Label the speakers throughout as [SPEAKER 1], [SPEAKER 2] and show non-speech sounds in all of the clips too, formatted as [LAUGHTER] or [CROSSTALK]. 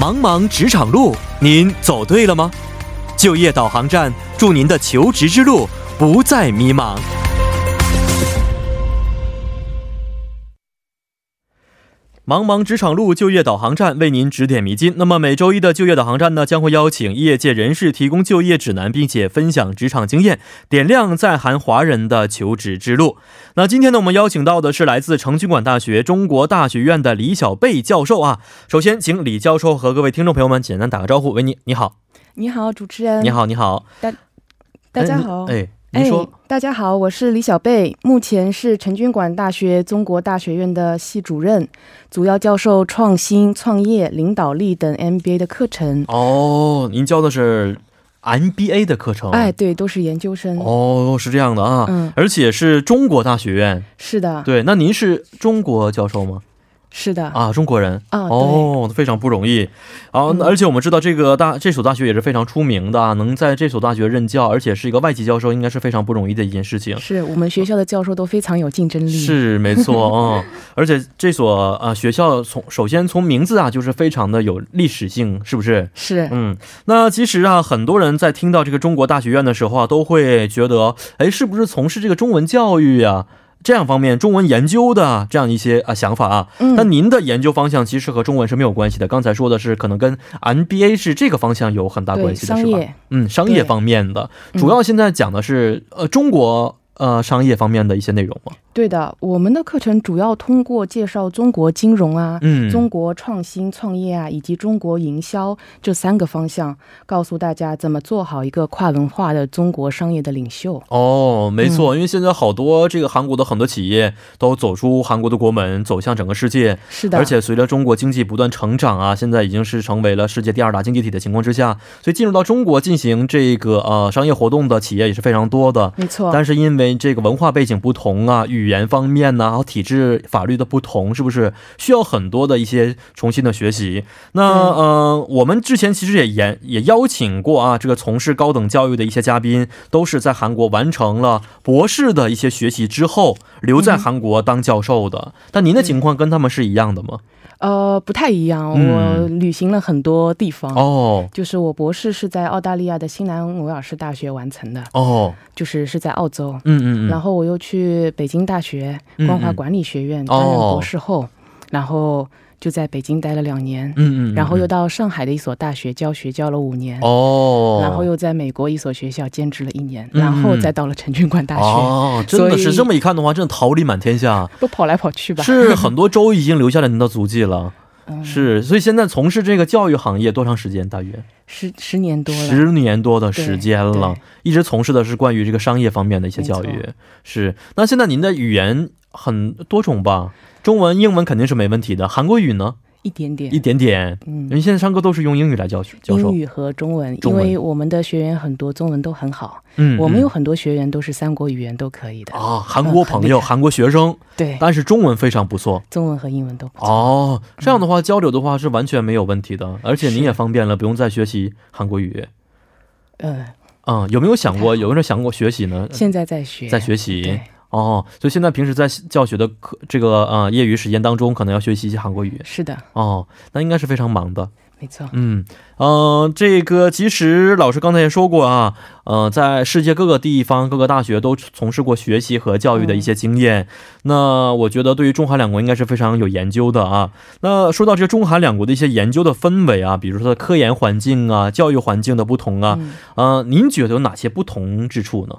[SPEAKER 1] 茫茫职场路，您走对了吗？就业导航站，祝您的求职之路不再迷茫。茫茫职场路就业导航站为您指点迷津。那么每周一的就业导航站呢，将会邀请业界人士提供就业指南，并且分享职场经验，点亮在韩华人的求职之路。那今天呢，我们邀请到的是来自成均馆大学中国大学院的李小贝教授啊。首先，请李教授和各位听众朋友们简单打个招呼。喂，你你好，
[SPEAKER 2] 你好，主持人。
[SPEAKER 1] 你，好，你好，
[SPEAKER 2] 嗯大家好。
[SPEAKER 1] 哎，您说，
[SPEAKER 2] 大家好，我是李小贝，目前是陈军馆大学中国大学院的系主任，主要教授创新、创业、领导力等 MBA 的课程。
[SPEAKER 1] 哦，您教的是 MBA 的课程，
[SPEAKER 2] 哎，，对，都是研究生。
[SPEAKER 1] 哦，是这样的啊，
[SPEAKER 2] 嗯，
[SPEAKER 1] 而且是中国大学院。
[SPEAKER 2] 是的，
[SPEAKER 1] 对，那您是中国教授吗？
[SPEAKER 2] 是的，
[SPEAKER 1] 啊，中国人
[SPEAKER 2] 啊对
[SPEAKER 1] 哦，非常不容易。啊，
[SPEAKER 2] 嗯
[SPEAKER 1] 而且我们知道这个大这所大学也是非常出名的啊，能在这所大学任教，而且是一个外籍教授，应该是非常不容易的一件事情。
[SPEAKER 2] 是我们学校的教授都非常有竞争力。，
[SPEAKER 1] 是没错
[SPEAKER 2] [LAUGHS]
[SPEAKER 1] 嗯，而且这所啊、呃学校从首先从名字啊就是非常的有历史性，是不是？
[SPEAKER 2] 是，
[SPEAKER 1] 嗯，那其实啊，很多人在听到这个中国大学院的时候啊，都会觉得，哎，是不是从事这个中文教育啊这样方面中文研究的这样一些啊想法啊？但
[SPEAKER 2] 嗯，
[SPEAKER 1] 您的研究方向其实和中文是没有关系的。刚才说的是可能跟 MBA 是这个方向有很大
[SPEAKER 2] 对，
[SPEAKER 1] 关系的，
[SPEAKER 2] 商
[SPEAKER 1] 是吧？
[SPEAKER 2] 业
[SPEAKER 1] 嗯，商业
[SPEAKER 2] 对
[SPEAKER 1] 方面的，
[SPEAKER 2] 嗯
[SPEAKER 1] 主要现在讲的是呃中国呃商业方面的一些内容嘛。
[SPEAKER 2] 对的，我们的课程主要通过介绍中国金融啊，
[SPEAKER 1] 嗯，
[SPEAKER 2] 中国创新创业啊，以及中国营销这三个方向，告诉大家怎么做好一个跨文化的中国商业的领袖。
[SPEAKER 1] 哦，没
[SPEAKER 2] 嗯
[SPEAKER 1] 错，因为现在好多这个韩国的很多企业都走出韩国的国门，走向整个世界。
[SPEAKER 2] 是的，
[SPEAKER 1] 而且随着中国经济不断成长啊，现在已经是成为了世界第二大经济体的情况之下，所以进入到中国进行这个呃商业活动的企业也是非常多的。
[SPEAKER 2] 没错，
[SPEAKER 1] 但是因为这个文化背景不同啊，语言方面呢、还有体制、法律的不同，是不是需要很多的一些重新的学习？那
[SPEAKER 2] 嗯
[SPEAKER 1] 呃，我们之前其实也研也邀请过啊，这个从事高等教育的一些嘉宾，都是在韩国完成了博士的一些学习之后，留在韩国当教授的。但您的情况跟他们是一样的吗？
[SPEAKER 2] 呃，不太一样。
[SPEAKER 1] 嗯
[SPEAKER 2] 我旅行了很多地方。
[SPEAKER 1] 哦
[SPEAKER 2] 就是我博士是在澳大利亚的新南威尔士大学完成的，
[SPEAKER 1] 哦，
[SPEAKER 2] 就是是在澳洲。
[SPEAKER 1] 嗯嗯
[SPEAKER 2] 然
[SPEAKER 1] 嗯，
[SPEAKER 2] 后我又去北京大学
[SPEAKER 1] 嗯
[SPEAKER 2] 光华
[SPEAKER 1] 嗯
[SPEAKER 2] 管理学院
[SPEAKER 1] 哦
[SPEAKER 2] 担任博士后，然后就在北京待了两年，
[SPEAKER 1] 嗯嗯，
[SPEAKER 2] 然后又
[SPEAKER 1] 嗯
[SPEAKER 2] 到上海的一所大学教学，教了五年。
[SPEAKER 1] 哦，
[SPEAKER 2] 然后又在美国一所学校兼职了一年，
[SPEAKER 1] 嗯
[SPEAKER 2] 然后再到了陈军馆大学，
[SPEAKER 1] 哦，真的
[SPEAKER 2] 所
[SPEAKER 1] 是
[SPEAKER 2] 以
[SPEAKER 1] 这么一看的话，真的桃李满天下。啊
[SPEAKER 2] 都跑来跑去吧。
[SPEAKER 1] 是很多州已经留下了您的足迹了。
[SPEAKER 2] [LAUGHS] 嗯
[SPEAKER 1] 是，所以现在从事这个教育行业多长时间？大约
[SPEAKER 2] 十十年多了，
[SPEAKER 1] 十年多的时间了
[SPEAKER 2] 对对，
[SPEAKER 1] 一直从事的是关于这个商业方面的一些教
[SPEAKER 2] 没
[SPEAKER 1] 育。是，那现在您的语言很多种吧？中文、英文肯定是没问题的，韩国语呢
[SPEAKER 2] 一点点
[SPEAKER 1] 一。点点。
[SPEAKER 2] 嗯，
[SPEAKER 1] 您现在上课都是用英语来教学教授
[SPEAKER 2] 英，语和中文，
[SPEAKER 1] 中文
[SPEAKER 2] 因为我们的学员很多，中文都很好。
[SPEAKER 1] 嗯
[SPEAKER 2] 我们有
[SPEAKER 1] 嗯
[SPEAKER 2] 很多学员都是三国语言都可以的。
[SPEAKER 1] 啊，韩国朋友、
[SPEAKER 2] 嗯很厉害
[SPEAKER 1] 韩国学生，
[SPEAKER 2] 对，
[SPEAKER 1] 但是中文非常不错
[SPEAKER 2] 中文和英文都不错。
[SPEAKER 1] 哦。这样的
[SPEAKER 2] 嗯
[SPEAKER 1] 话，交流的话是完全没有问题的，而且您也方便了，不用再学习韩国语。
[SPEAKER 2] 嗯，
[SPEAKER 1] 嗯，有没有想
[SPEAKER 2] 不太
[SPEAKER 1] 过，
[SPEAKER 2] 好
[SPEAKER 1] 有没有想过学习呢？
[SPEAKER 2] 现在在学，
[SPEAKER 1] 嗯在学习
[SPEAKER 2] 对，
[SPEAKER 1] 哦，所以现在平时在教学的课这个呃业余时间当中，可能要学习一些韩国语
[SPEAKER 2] 是的，
[SPEAKER 1] 哦，那应该是非常忙的。
[SPEAKER 2] 没错。
[SPEAKER 1] 嗯，呃，这个其实老师刚才也说过啊，呃，在世界各个地方、各个大学都从事过学习和教育的一
[SPEAKER 2] 嗯
[SPEAKER 1] 些经验。那我觉得对于中韩两国应该是非常有研究的啊。那说到这个中韩两国的一些研究的氛围啊，比如说它的科研环境啊、教育环境的不同啊，
[SPEAKER 2] 嗯，
[SPEAKER 1] 呃，您觉得有哪些不同之处呢？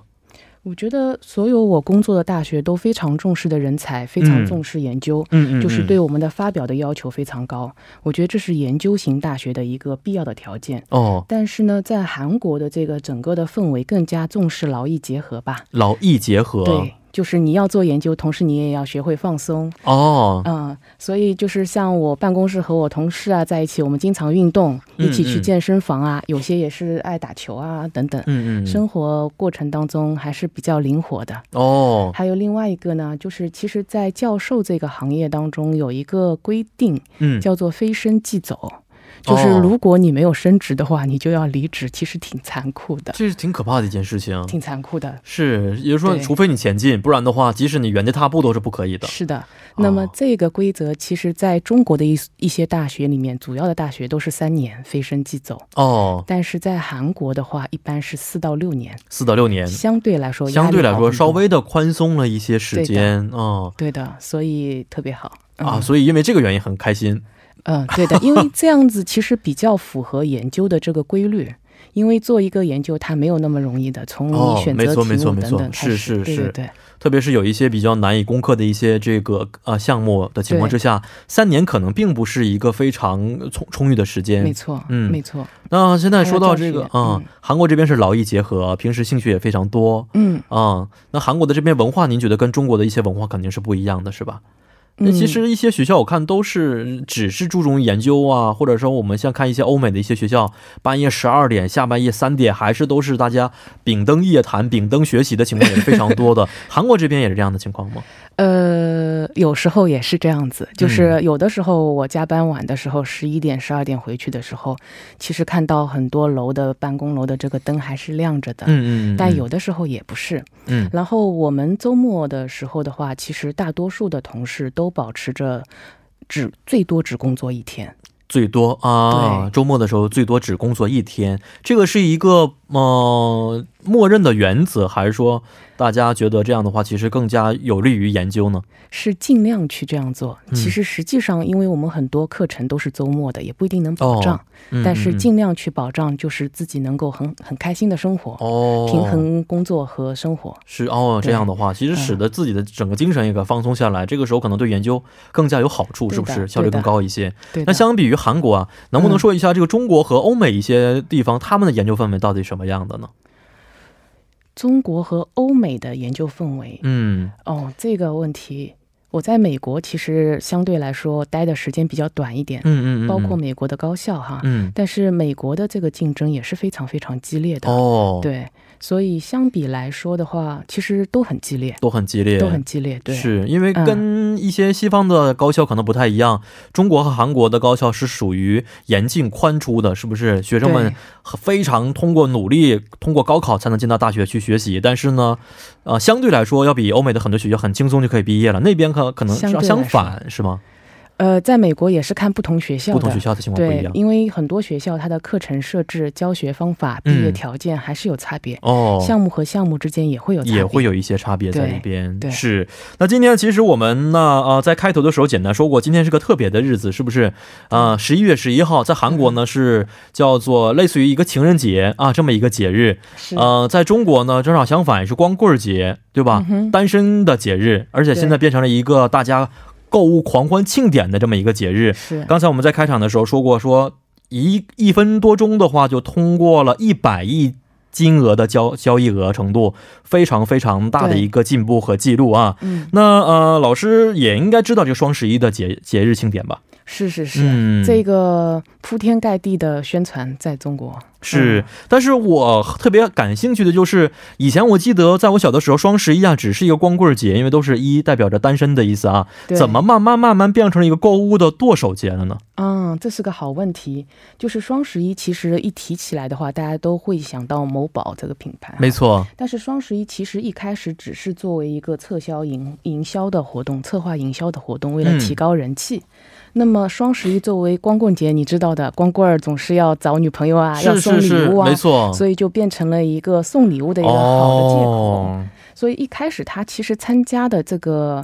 [SPEAKER 2] 我觉得所有我工作的大学都非常重视的人才，非
[SPEAKER 1] 嗯
[SPEAKER 2] 常重视研究。
[SPEAKER 1] 嗯
[SPEAKER 2] 就是对我们的发表的要求非常高。我觉得这是研究型大学的一个必要的条件。
[SPEAKER 1] 哦，
[SPEAKER 2] 但是呢，在韩国的这个整个的氛围更加重视劳逸结合吧。
[SPEAKER 1] 劳逸结合，
[SPEAKER 2] 对，就是你要做研究，同时你也要学会放松。
[SPEAKER 1] 哦，
[SPEAKER 2] 嗯、所以就是像我办公室和我同事啊在一起，我们经常运动，
[SPEAKER 1] 嗯
[SPEAKER 2] 一起去
[SPEAKER 1] 嗯
[SPEAKER 2] 健身房啊，有些也是爱打球啊等等。
[SPEAKER 1] 嗯嗯嗯，
[SPEAKER 2] 生活过程当中还是比较灵活的。
[SPEAKER 1] 哦，
[SPEAKER 2] 还有另外一个呢，就是其实，在教授这个行业当中有一个规定，
[SPEAKER 1] 嗯，
[SPEAKER 2] 叫做非升即走。就是
[SPEAKER 1] 哦
[SPEAKER 2] 如果你没有升职的话，你就要离职，其实挺残酷的，
[SPEAKER 1] 这是挺可怕的一件事情。
[SPEAKER 2] 挺残酷的。
[SPEAKER 1] 是，也就是说，
[SPEAKER 2] 对
[SPEAKER 1] 除非你前进，不然的话，即使你原地踏步都是不可以的。
[SPEAKER 2] 是的，那么
[SPEAKER 1] 哦
[SPEAKER 2] 这个规则其实在中国的一一些大学里面，主要的大学都是三年非升即走，
[SPEAKER 1] 哦，
[SPEAKER 2] 但是在韩国的话，一般是四到六年，
[SPEAKER 1] 四到六年，
[SPEAKER 2] 相对来说压力
[SPEAKER 1] 相对来
[SPEAKER 2] 好
[SPEAKER 1] 说
[SPEAKER 2] 很
[SPEAKER 1] 稍
[SPEAKER 2] 多
[SPEAKER 1] 微的宽松了一些时间哦。
[SPEAKER 2] 对的，所以特别好。嗯、
[SPEAKER 1] 啊，所以因为这个原因很开心。
[SPEAKER 2] 嗯，对的，因为这样子其实比较符合研究的这个规律，因为做一个研究它没有那么容易的，从
[SPEAKER 1] 哦
[SPEAKER 2] 你选
[SPEAKER 1] 没
[SPEAKER 2] 择
[SPEAKER 1] 错
[SPEAKER 2] 题
[SPEAKER 1] 没错
[SPEAKER 2] 目
[SPEAKER 1] 没
[SPEAKER 2] 等
[SPEAKER 1] 错
[SPEAKER 2] 等开
[SPEAKER 1] 是
[SPEAKER 2] 始，
[SPEAKER 1] 是
[SPEAKER 2] 对
[SPEAKER 1] 是
[SPEAKER 2] 对对，
[SPEAKER 1] 特别是有一些比较难以攻克的一些这个呃项目的情况之下，三年可能并不是一个非常充充裕的时
[SPEAKER 2] 没
[SPEAKER 1] 间。
[SPEAKER 2] 错，
[SPEAKER 1] 嗯
[SPEAKER 2] 没错，
[SPEAKER 1] 那现在说到这个
[SPEAKER 2] 还有教学
[SPEAKER 1] 啊、
[SPEAKER 2] 嗯
[SPEAKER 1] 韩国这边是劳逸结合，平时兴趣也非常多
[SPEAKER 2] 嗯，
[SPEAKER 1] 啊、那韩国的这边文化，您觉得跟中国的一些文化肯定是不一样的，是吧？那
[SPEAKER 2] 嗯
[SPEAKER 1] 其实一些学校我看都是只是注重于研究啊，或者说我们像看一些欧美的一些学校，半夜十二点、下半夜三点，还是都是大家秉灯夜谈、秉灯学习的情况也是非常多的。韩国这边也是这样的情况吗？
[SPEAKER 2] 呃，有时候也是这样子，就是
[SPEAKER 1] 嗯
[SPEAKER 2] 有的时候我加班晚的时候，十一点、十二点回去的时候，其实看到很多楼的办公楼的这个灯还是亮着的。
[SPEAKER 1] 嗯嗯，嗯
[SPEAKER 2] 但有的时候也不是，
[SPEAKER 1] 嗯
[SPEAKER 2] 然后我们周末的时候的话，其实大多数的同事都保持着只最多只工作一天。
[SPEAKER 1] 最多啊，
[SPEAKER 2] 对
[SPEAKER 1] 周末的时候最多只工作一天，这个是一个呃默认的原则，还是说大家觉得这样的话其实更加有利于研究呢？
[SPEAKER 2] 是尽量去这样做。
[SPEAKER 1] 嗯
[SPEAKER 2] 其实实际上，因为我们很多课程都是周末的，也不一定能保障，
[SPEAKER 1] 嗯
[SPEAKER 2] 但是
[SPEAKER 1] 嗯嗯
[SPEAKER 2] 尽量去保障，就是自己能够很很开心的生活，
[SPEAKER 1] 哦
[SPEAKER 2] 平衡工作和生活。
[SPEAKER 1] 是哦，
[SPEAKER 2] 对嗯
[SPEAKER 1] 这样的话，其实使得自己的整个精神也给放松下来，这个时候可能对研究更加有好处，
[SPEAKER 2] 对
[SPEAKER 1] 是
[SPEAKER 2] 的
[SPEAKER 1] 不是？效率更高一些。
[SPEAKER 2] 对的，
[SPEAKER 1] 那相比于韩国啊，能不能
[SPEAKER 2] 嗯
[SPEAKER 1] 说一下这个中国和欧美一些地方、他们的研究氛围到底什么样的呢？
[SPEAKER 2] 中国和欧美的研究氛围，
[SPEAKER 1] 嗯，
[SPEAKER 2] 哦，这个问题，我在美国其实相对来说待的时间比较短一点，
[SPEAKER 1] 嗯嗯嗯，
[SPEAKER 2] 包括美国的高校哈。
[SPEAKER 1] 嗯
[SPEAKER 2] 但是美国的这个竞争也是非常非常激烈的，
[SPEAKER 1] 哦，，
[SPEAKER 2] 对，所以相比来说的话，其实都很激烈，
[SPEAKER 1] 都很激烈，
[SPEAKER 2] 都很激烈，对，
[SPEAKER 1] 是因为
[SPEAKER 2] 嗯
[SPEAKER 1] 跟一些西方的高校可能不太一样，中国和韩国的高校是属于严进宽出的，是不是？学生们
[SPEAKER 2] 对
[SPEAKER 1] 非常通过努力，通过高考才能进到大学去学习，但是呢，呃，相对来说要比欧美的很多学校很轻松就可以毕业了，那边可可能
[SPEAKER 2] 相对
[SPEAKER 1] 是
[SPEAKER 2] 来说
[SPEAKER 1] 相反是吗？
[SPEAKER 2] 呃，在美国也是看不同学校
[SPEAKER 1] 不
[SPEAKER 2] 的，
[SPEAKER 1] 同学校的情况不一
[SPEAKER 2] 对
[SPEAKER 1] 样，。
[SPEAKER 2] 因为很多学校它的课程设置、教学方法、毕业
[SPEAKER 1] 嗯
[SPEAKER 2] 条件还是有差别，
[SPEAKER 1] 哦，
[SPEAKER 2] 项目和项目之间也会有差别，
[SPEAKER 1] 也会有一些差别在
[SPEAKER 2] 对
[SPEAKER 1] 里边。
[SPEAKER 2] 对
[SPEAKER 1] 是。那今天其实我们呢，呃，在开头的时候简单说过，今天是个特别的日子，是不是？啊、1十一月十一号，在韩国呢是叫做类似于一个情人节啊这么一个节日。
[SPEAKER 2] 是
[SPEAKER 1] 呃，在中国呢正好相反，是光棍儿节，对
[SPEAKER 2] 嗯
[SPEAKER 1] 吧、单身的节日，而且现在
[SPEAKER 2] 对
[SPEAKER 1] 变成了一个大家购物狂欢庆典的这么一个节日。
[SPEAKER 2] 是
[SPEAKER 1] 刚才我们在开场的时候说过，说一一分多钟的话就通过了一百亿金额的交交易额程度，非常非常大的
[SPEAKER 2] 对
[SPEAKER 1] 一个进步和记录啊。
[SPEAKER 2] 嗯，
[SPEAKER 1] 那呃，老师也应该知道这个双十一的节节日庆典吧？
[SPEAKER 2] 是是是。啊
[SPEAKER 1] 嗯，
[SPEAKER 2] 这个铺天盖地的宣传在中国，嗯
[SPEAKER 1] 是，但是我特别感兴趣的就是，以前我记得在我小的时候，双十一啊只是一个光棍儿节，因为都是一代表着单身的意思啊。
[SPEAKER 2] 对
[SPEAKER 1] 怎么慢慢慢慢变成了一个购物的剁手节了呢？
[SPEAKER 2] 嗯，这是个好问题。就是双十一，其实一提起来的话，大家都会想到某宝这个品牌。啊
[SPEAKER 1] 没错，
[SPEAKER 2] 但是双十一其实一开始只是作为一个促销营营销的活动，策划营销的活动，为了
[SPEAKER 1] 嗯
[SPEAKER 2] 提高人气。那么双十一作为光棍节，你知道的，光棍儿总是要找女朋友啊，要
[SPEAKER 1] 是
[SPEAKER 2] 送
[SPEAKER 1] 是是
[SPEAKER 2] 礼物，啊
[SPEAKER 1] 没，错。
[SPEAKER 2] 所以就变成了一个送礼物的一个好的借口。
[SPEAKER 1] 哦，
[SPEAKER 2] 所以一开始他其实参加的这个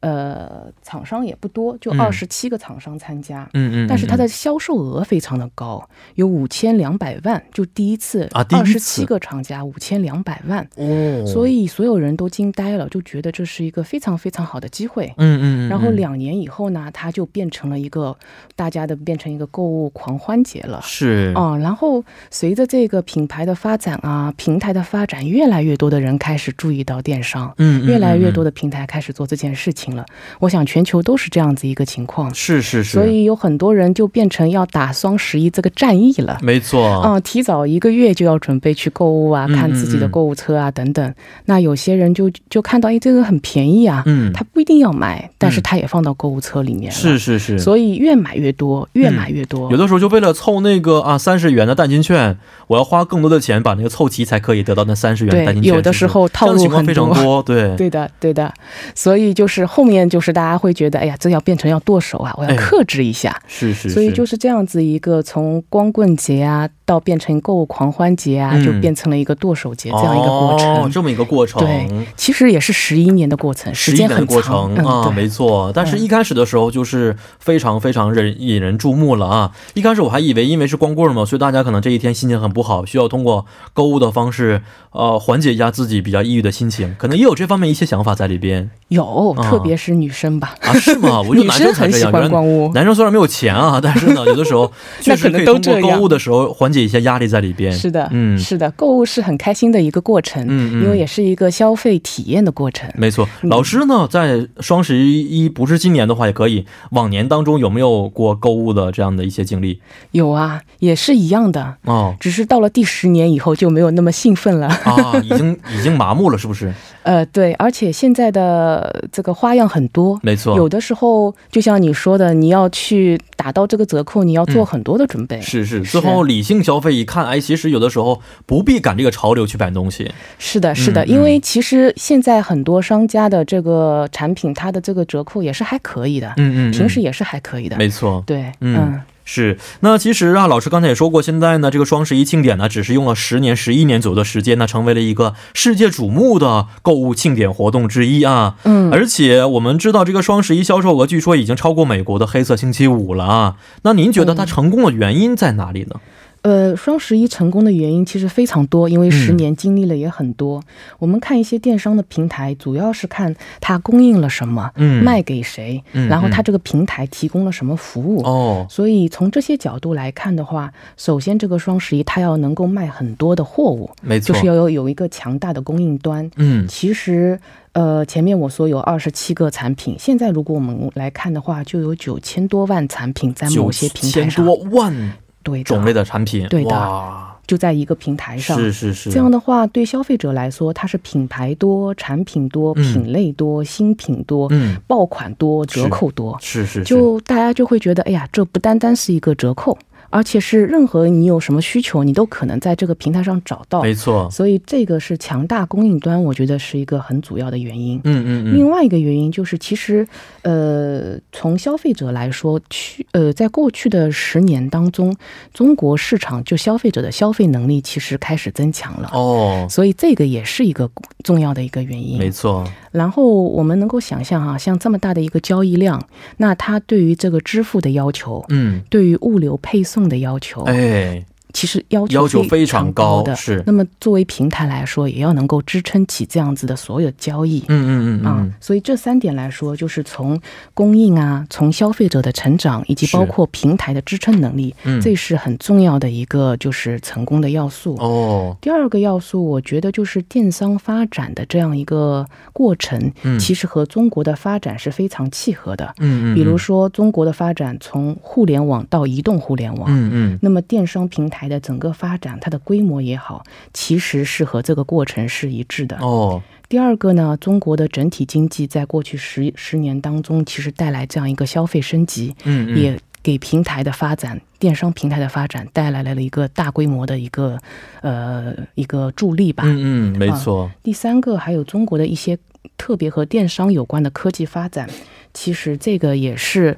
[SPEAKER 2] 呃厂商也不多，就
[SPEAKER 1] 嗯
[SPEAKER 2] 二十七个厂商参加。
[SPEAKER 1] 嗯嗯，
[SPEAKER 2] 但是它
[SPEAKER 1] 嗯
[SPEAKER 2] 的销售额非常的高，有五千两百万，就第一次
[SPEAKER 1] 啊第
[SPEAKER 2] 二
[SPEAKER 1] 一
[SPEAKER 2] 十
[SPEAKER 1] 次
[SPEAKER 2] 七个厂家五千两百万，
[SPEAKER 1] 嗯哦，
[SPEAKER 2] 所以所有人都惊呆了，就觉得这是一个非常非常好的机会。
[SPEAKER 1] 嗯嗯，嗯
[SPEAKER 2] 然后
[SPEAKER 1] 嗯
[SPEAKER 2] 两年以后呢，它就变成了一个大家的变成一个购物狂欢节了。
[SPEAKER 1] 是
[SPEAKER 2] 哦，然后随着这个品牌的发展啊，平台的发展，越来越多的人开始注意到电商，
[SPEAKER 1] 嗯，嗯
[SPEAKER 2] 越来越多
[SPEAKER 1] 的
[SPEAKER 2] 的平台开始做这件事情了。我想全球都是这样子一个情况，
[SPEAKER 1] 是是是，
[SPEAKER 2] 所以有很多人就变成要打双十一这个战役了。
[SPEAKER 1] 没错
[SPEAKER 2] 啊、提早一个月就要准备去购物啊，
[SPEAKER 1] 哦嗯
[SPEAKER 2] 看自己的购物车啊等等。那有些人就就看到，哎，这个很便宜啊，
[SPEAKER 1] 嗯，
[SPEAKER 2] 他不一定要买，但是
[SPEAKER 1] 嗯
[SPEAKER 2] 他也放到购物车里面了。
[SPEAKER 1] 是是是，
[SPEAKER 2] 所以越买越多，越买越多。
[SPEAKER 1] 有的时候就为了凑那个啊三十元的代金券，我要花更多的钱把那个凑齐，才可以得到那三十元的代
[SPEAKER 2] 对，
[SPEAKER 1] 金券。
[SPEAKER 2] 有的时
[SPEAKER 1] 是不是
[SPEAKER 2] 候套
[SPEAKER 1] 这样的
[SPEAKER 2] 路
[SPEAKER 1] 情况
[SPEAKER 2] 很
[SPEAKER 1] 非常多，对，
[SPEAKER 2] 对的，对的，所以就是后面就是大家会觉得，哎呀，这要变成要剁手啊，我
[SPEAKER 1] 哎
[SPEAKER 2] 要克制一下。
[SPEAKER 1] 是是是，
[SPEAKER 2] 所以就是这样子一个从光棍节啊，到变成购物狂欢节啊，
[SPEAKER 1] 嗯
[SPEAKER 2] 就变成了一个剁手节这样一个过程。
[SPEAKER 1] 哦，这么一个过程，
[SPEAKER 2] 对，其实也是十一年的过程，时
[SPEAKER 1] 十一
[SPEAKER 2] 间
[SPEAKER 1] 年的
[SPEAKER 2] 很
[SPEAKER 1] 过
[SPEAKER 2] 长。
[SPEAKER 1] 程
[SPEAKER 2] 嗯，
[SPEAKER 1] 啊，
[SPEAKER 2] 对，
[SPEAKER 1] 没错。但是一开始的时候就是非常非常人引人注目了啊！一开始我还以为因为是光棍嘛，所以大家可能这一天心情很不好，需要通过购物的方式呃缓解一下自己比较抑郁的心情，可能也有这方面一些想法在里边
[SPEAKER 2] 有，
[SPEAKER 1] 啊
[SPEAKER 2] 特别是女生吧，
[SPEAKER 1] 啊？是吗？我觉得
[SPEAKER 2] 女
[SPEAKER 1] 男
[SPEAKER 2] 生
[SPEAKER 1] 生才
[SPEAKER 2] 很
[SPEAKER 1] 这
[SPEAKER 2] 喜
[SPEAKER 1] 样，
[SPEAKER 2] 欢
[SPEAKER 1] 原来
[SPEAKER 2] 光顾。
[SPEAKER 1] 男生虽然没有钱啊，但是呢，有的时
[SPEAKER 2] [LAUGHS]
[SPEAKER 1] 候确实可以通过购物的时候缓解一些压力在里边。
[SPEAKER 2] 是的，
[SPEAKER 1] 嗯
[SPEAKER 2] 是的，购物是很开心的一个过程，
[SPEAKER 1] 嗯嗯
[SPEAKER 2] 因为也是一个消费体验的过程。
[SPEAKER 1] 没错，老师呢，在双十一不是今年的话也可以，往年当中有没有过购物的这样的一些经历？
[SPEAKER 2] 有啊，也是一样的，
[SPEAKER 1] 哦
[SPEAKER 2] 只是到了第十年以后就没有那么兴奋了。
[SPEAKER 1] 啊，已经已经麻木了，是不是？
[SPEAKER 2] 呃，对，而且现在的呃这个花样很多。
[SPEAKER 1] 没错，
[SPEAKER 2] 有的时候，就像你说的，你要去打到这个折扣，你要做很多的准备。
[SPEAKER 1] 是是，
[SPEAKER 2] 是
[SPEAKER 1] 最后理性消费一看，哎，其实有的时候不必赶这个潮流去买东西。
[SPEAKER 2] 是的，是的、
[SPEAKER 1] 嗯
[SPEAKER 2] 因为其实现在很多商家的这个产品，它的这个折扣也是还可以的，
[SPEAKER 1] 嗯嗯，嗯
[SPEAKER 2] 平时也是还可以的。
[SPEAKER 1] 没错，
[SPEAKER 2] 对，
[SPEAKER 1] 嗯是，那其实啊，老师刚才也说过，现在呢，这个双十一庆典呢，只是用了十年、十一年左右的时间呢，成为了一个世界瞩目的购物庆典活动之一啊。
[SPEAKER 2] 嗯
[SPEAKER 1] 而且我们知道，这个双十一销售额据说已经超过美国的黑色星期五了啊。那您觉得
[SPEAKER 2] 嗯
[SPEAKER 1] 它成功的原因在哪里呢？
[SPEAKER 2] 呃，双十一成功的原因其实非常多，因为十
[SPEAKER 1] 嗯
[SPEAKER 2] 年经历了也很多。我们看一些电商的平台，主要是看它供应了什么，
[SPEAKER 1] 嗯
[SPEAKER 2] 卖给谁，
[SPEAKER 1] 嗯
[SPEAKER 2] 然后它
[SPEAKER 1] 嗯
[SPEAKER 2] 这个平台提供了什么服务。
[SPEAKER 1] 哦，
[SPEAKER 2] 所以从这些角度来看的话，首先这个双十一它要能够卖很多的货物，
[SPEAKER 1] 没
[SPEAKER 2] 就
[SPEAKER 1] 错，
[SPEAKER 2] 是要有有一个强大的供应端。
[SPEAKER 1] 嗯，
[SPEAKER 2] 其实，呃，前面我说有二十七个产品，现在如果我们来看的话，就有九千多万产品在某
[SPEAKER 1] 九
[SPEAKER 2] 些平台
[SPEAKER 1] 千
[SPEAKER 2] 上，
[SPEAKER 1] 多万
[SPEAKER 2] 对的
[SPEAKER 1] 种类的产品，
[SPEAKER 2] 对的
[SPEAKER 1] 哇，
[SPEAKER 2] 就在一个平台上。
[SPEAKER 1] 是是是，
[SPEAKER 2] 这样的话，对消费者来说，它是品牌多、产品多、
[SPEAKER 1] 嗯
[SPEAKER 2] 品类多、新品多、
[SPEAKER 1] 嗯，
[SPEAKER 2] 爆款多、
[SPEAKER 1] 是
[SPEAKER 2] 折扣多，
[SPEAKER 1] 是是是，
[SPEAKER 2] 就大家就会觉得，哎呀，这不单单是一个折扣，而且是任何你有什么需求，你都可能在这个平台上找到。
[SPEAKER 1] 没错，
[SPEAKER 2] 所以这个是强大供应端，我觉得是一个很主要的原因。
[SPEAKER 1] 嗯嗯嗯，
[SPEAKER 2] 另外一个原因就是，其实，呃，从消费者来说，去呃，在过去的十年当中，中国市场就消费者的消费能力其实开始增强了，
[SPEAKER 1] 哦，
[SPEAKER 2] 所以这个也是一个重要的一个原
[SPEAKER 1] 没
[SPEAKER 2] 因。
[SPEAKER 1] 错，
[SPEAKER 2] 然后我们能够想象哈、像这么大的一个交易量，那它对于这个支付的要求，
[SPEAKER 1] 嗯，
[SPEAKER 2] 对于物流配送的要求，
[SPEAKER 1] 哎。
[SPEAKER 2] 其实要
[SPEAKER 1] 要求非
[SPEAKER 2] 非
[SPEAKER 1] 常
[SPEAKER 2] 常
[SPEAKER 1] 高
[SPEAKER 2] 的。
[SPEAKER 1] 是
[SPEAKER 2] 那么作为平台来说，也要能够支撑起这样子的所有交易。
[SPEAKER 1] 嗯嗯嗯
[SPEAKER 2] 啊
[SPEAKER 1] 嗯，，
[SPEAKER 2] 所以这三点来说，就是从供应啊，从消费者的成长，以及
[SPEAKER 1] 是
[SPEAKER 2] 包括平台的支撑能力，
[SPEAKER 1] 嗯
[SPEAKER 2] 这是很重要的一个就是成功的要素。
[SPEAKER 1] 哦，
[SPEAKER 2] 第二个要素，我觉得就是电商发展的这样一个过程，
[SPEAKER 1] 嗯
[SPEAKER 2] 其实和中国的发展是非常契合的。
[SPEAKER 1] 嗯嗯，
[SPEAKER 2] 比如说，中国的发展从互联网到移动互联网，
[SPEAKER 1] 嗯，嗯
[SPEAKER 2] 那么电商平台的整个发展，它的规模也好，其实是和这个过程是一致的
[SPEAKER 1] 嗯，。哦，
[SPEAKER 2] 第二个呢，中国的整体经济在过去十十年当中，其实带来这样一个消费升级，
[SPEAKER 1] 嗯嗯，
[SPEAKER 2] 也给平台的发展、电商平台的发展带来了一个大规模的一个呃一个助力吧。
[SPEAKER 1] 嗯嗯，没
[SPEAKER 2] 啊
[SPEAKER 1] 错，
[SPEAKER 2] 第三个，还有中国的一些特别和电商有关的科技发展，其实这个也是。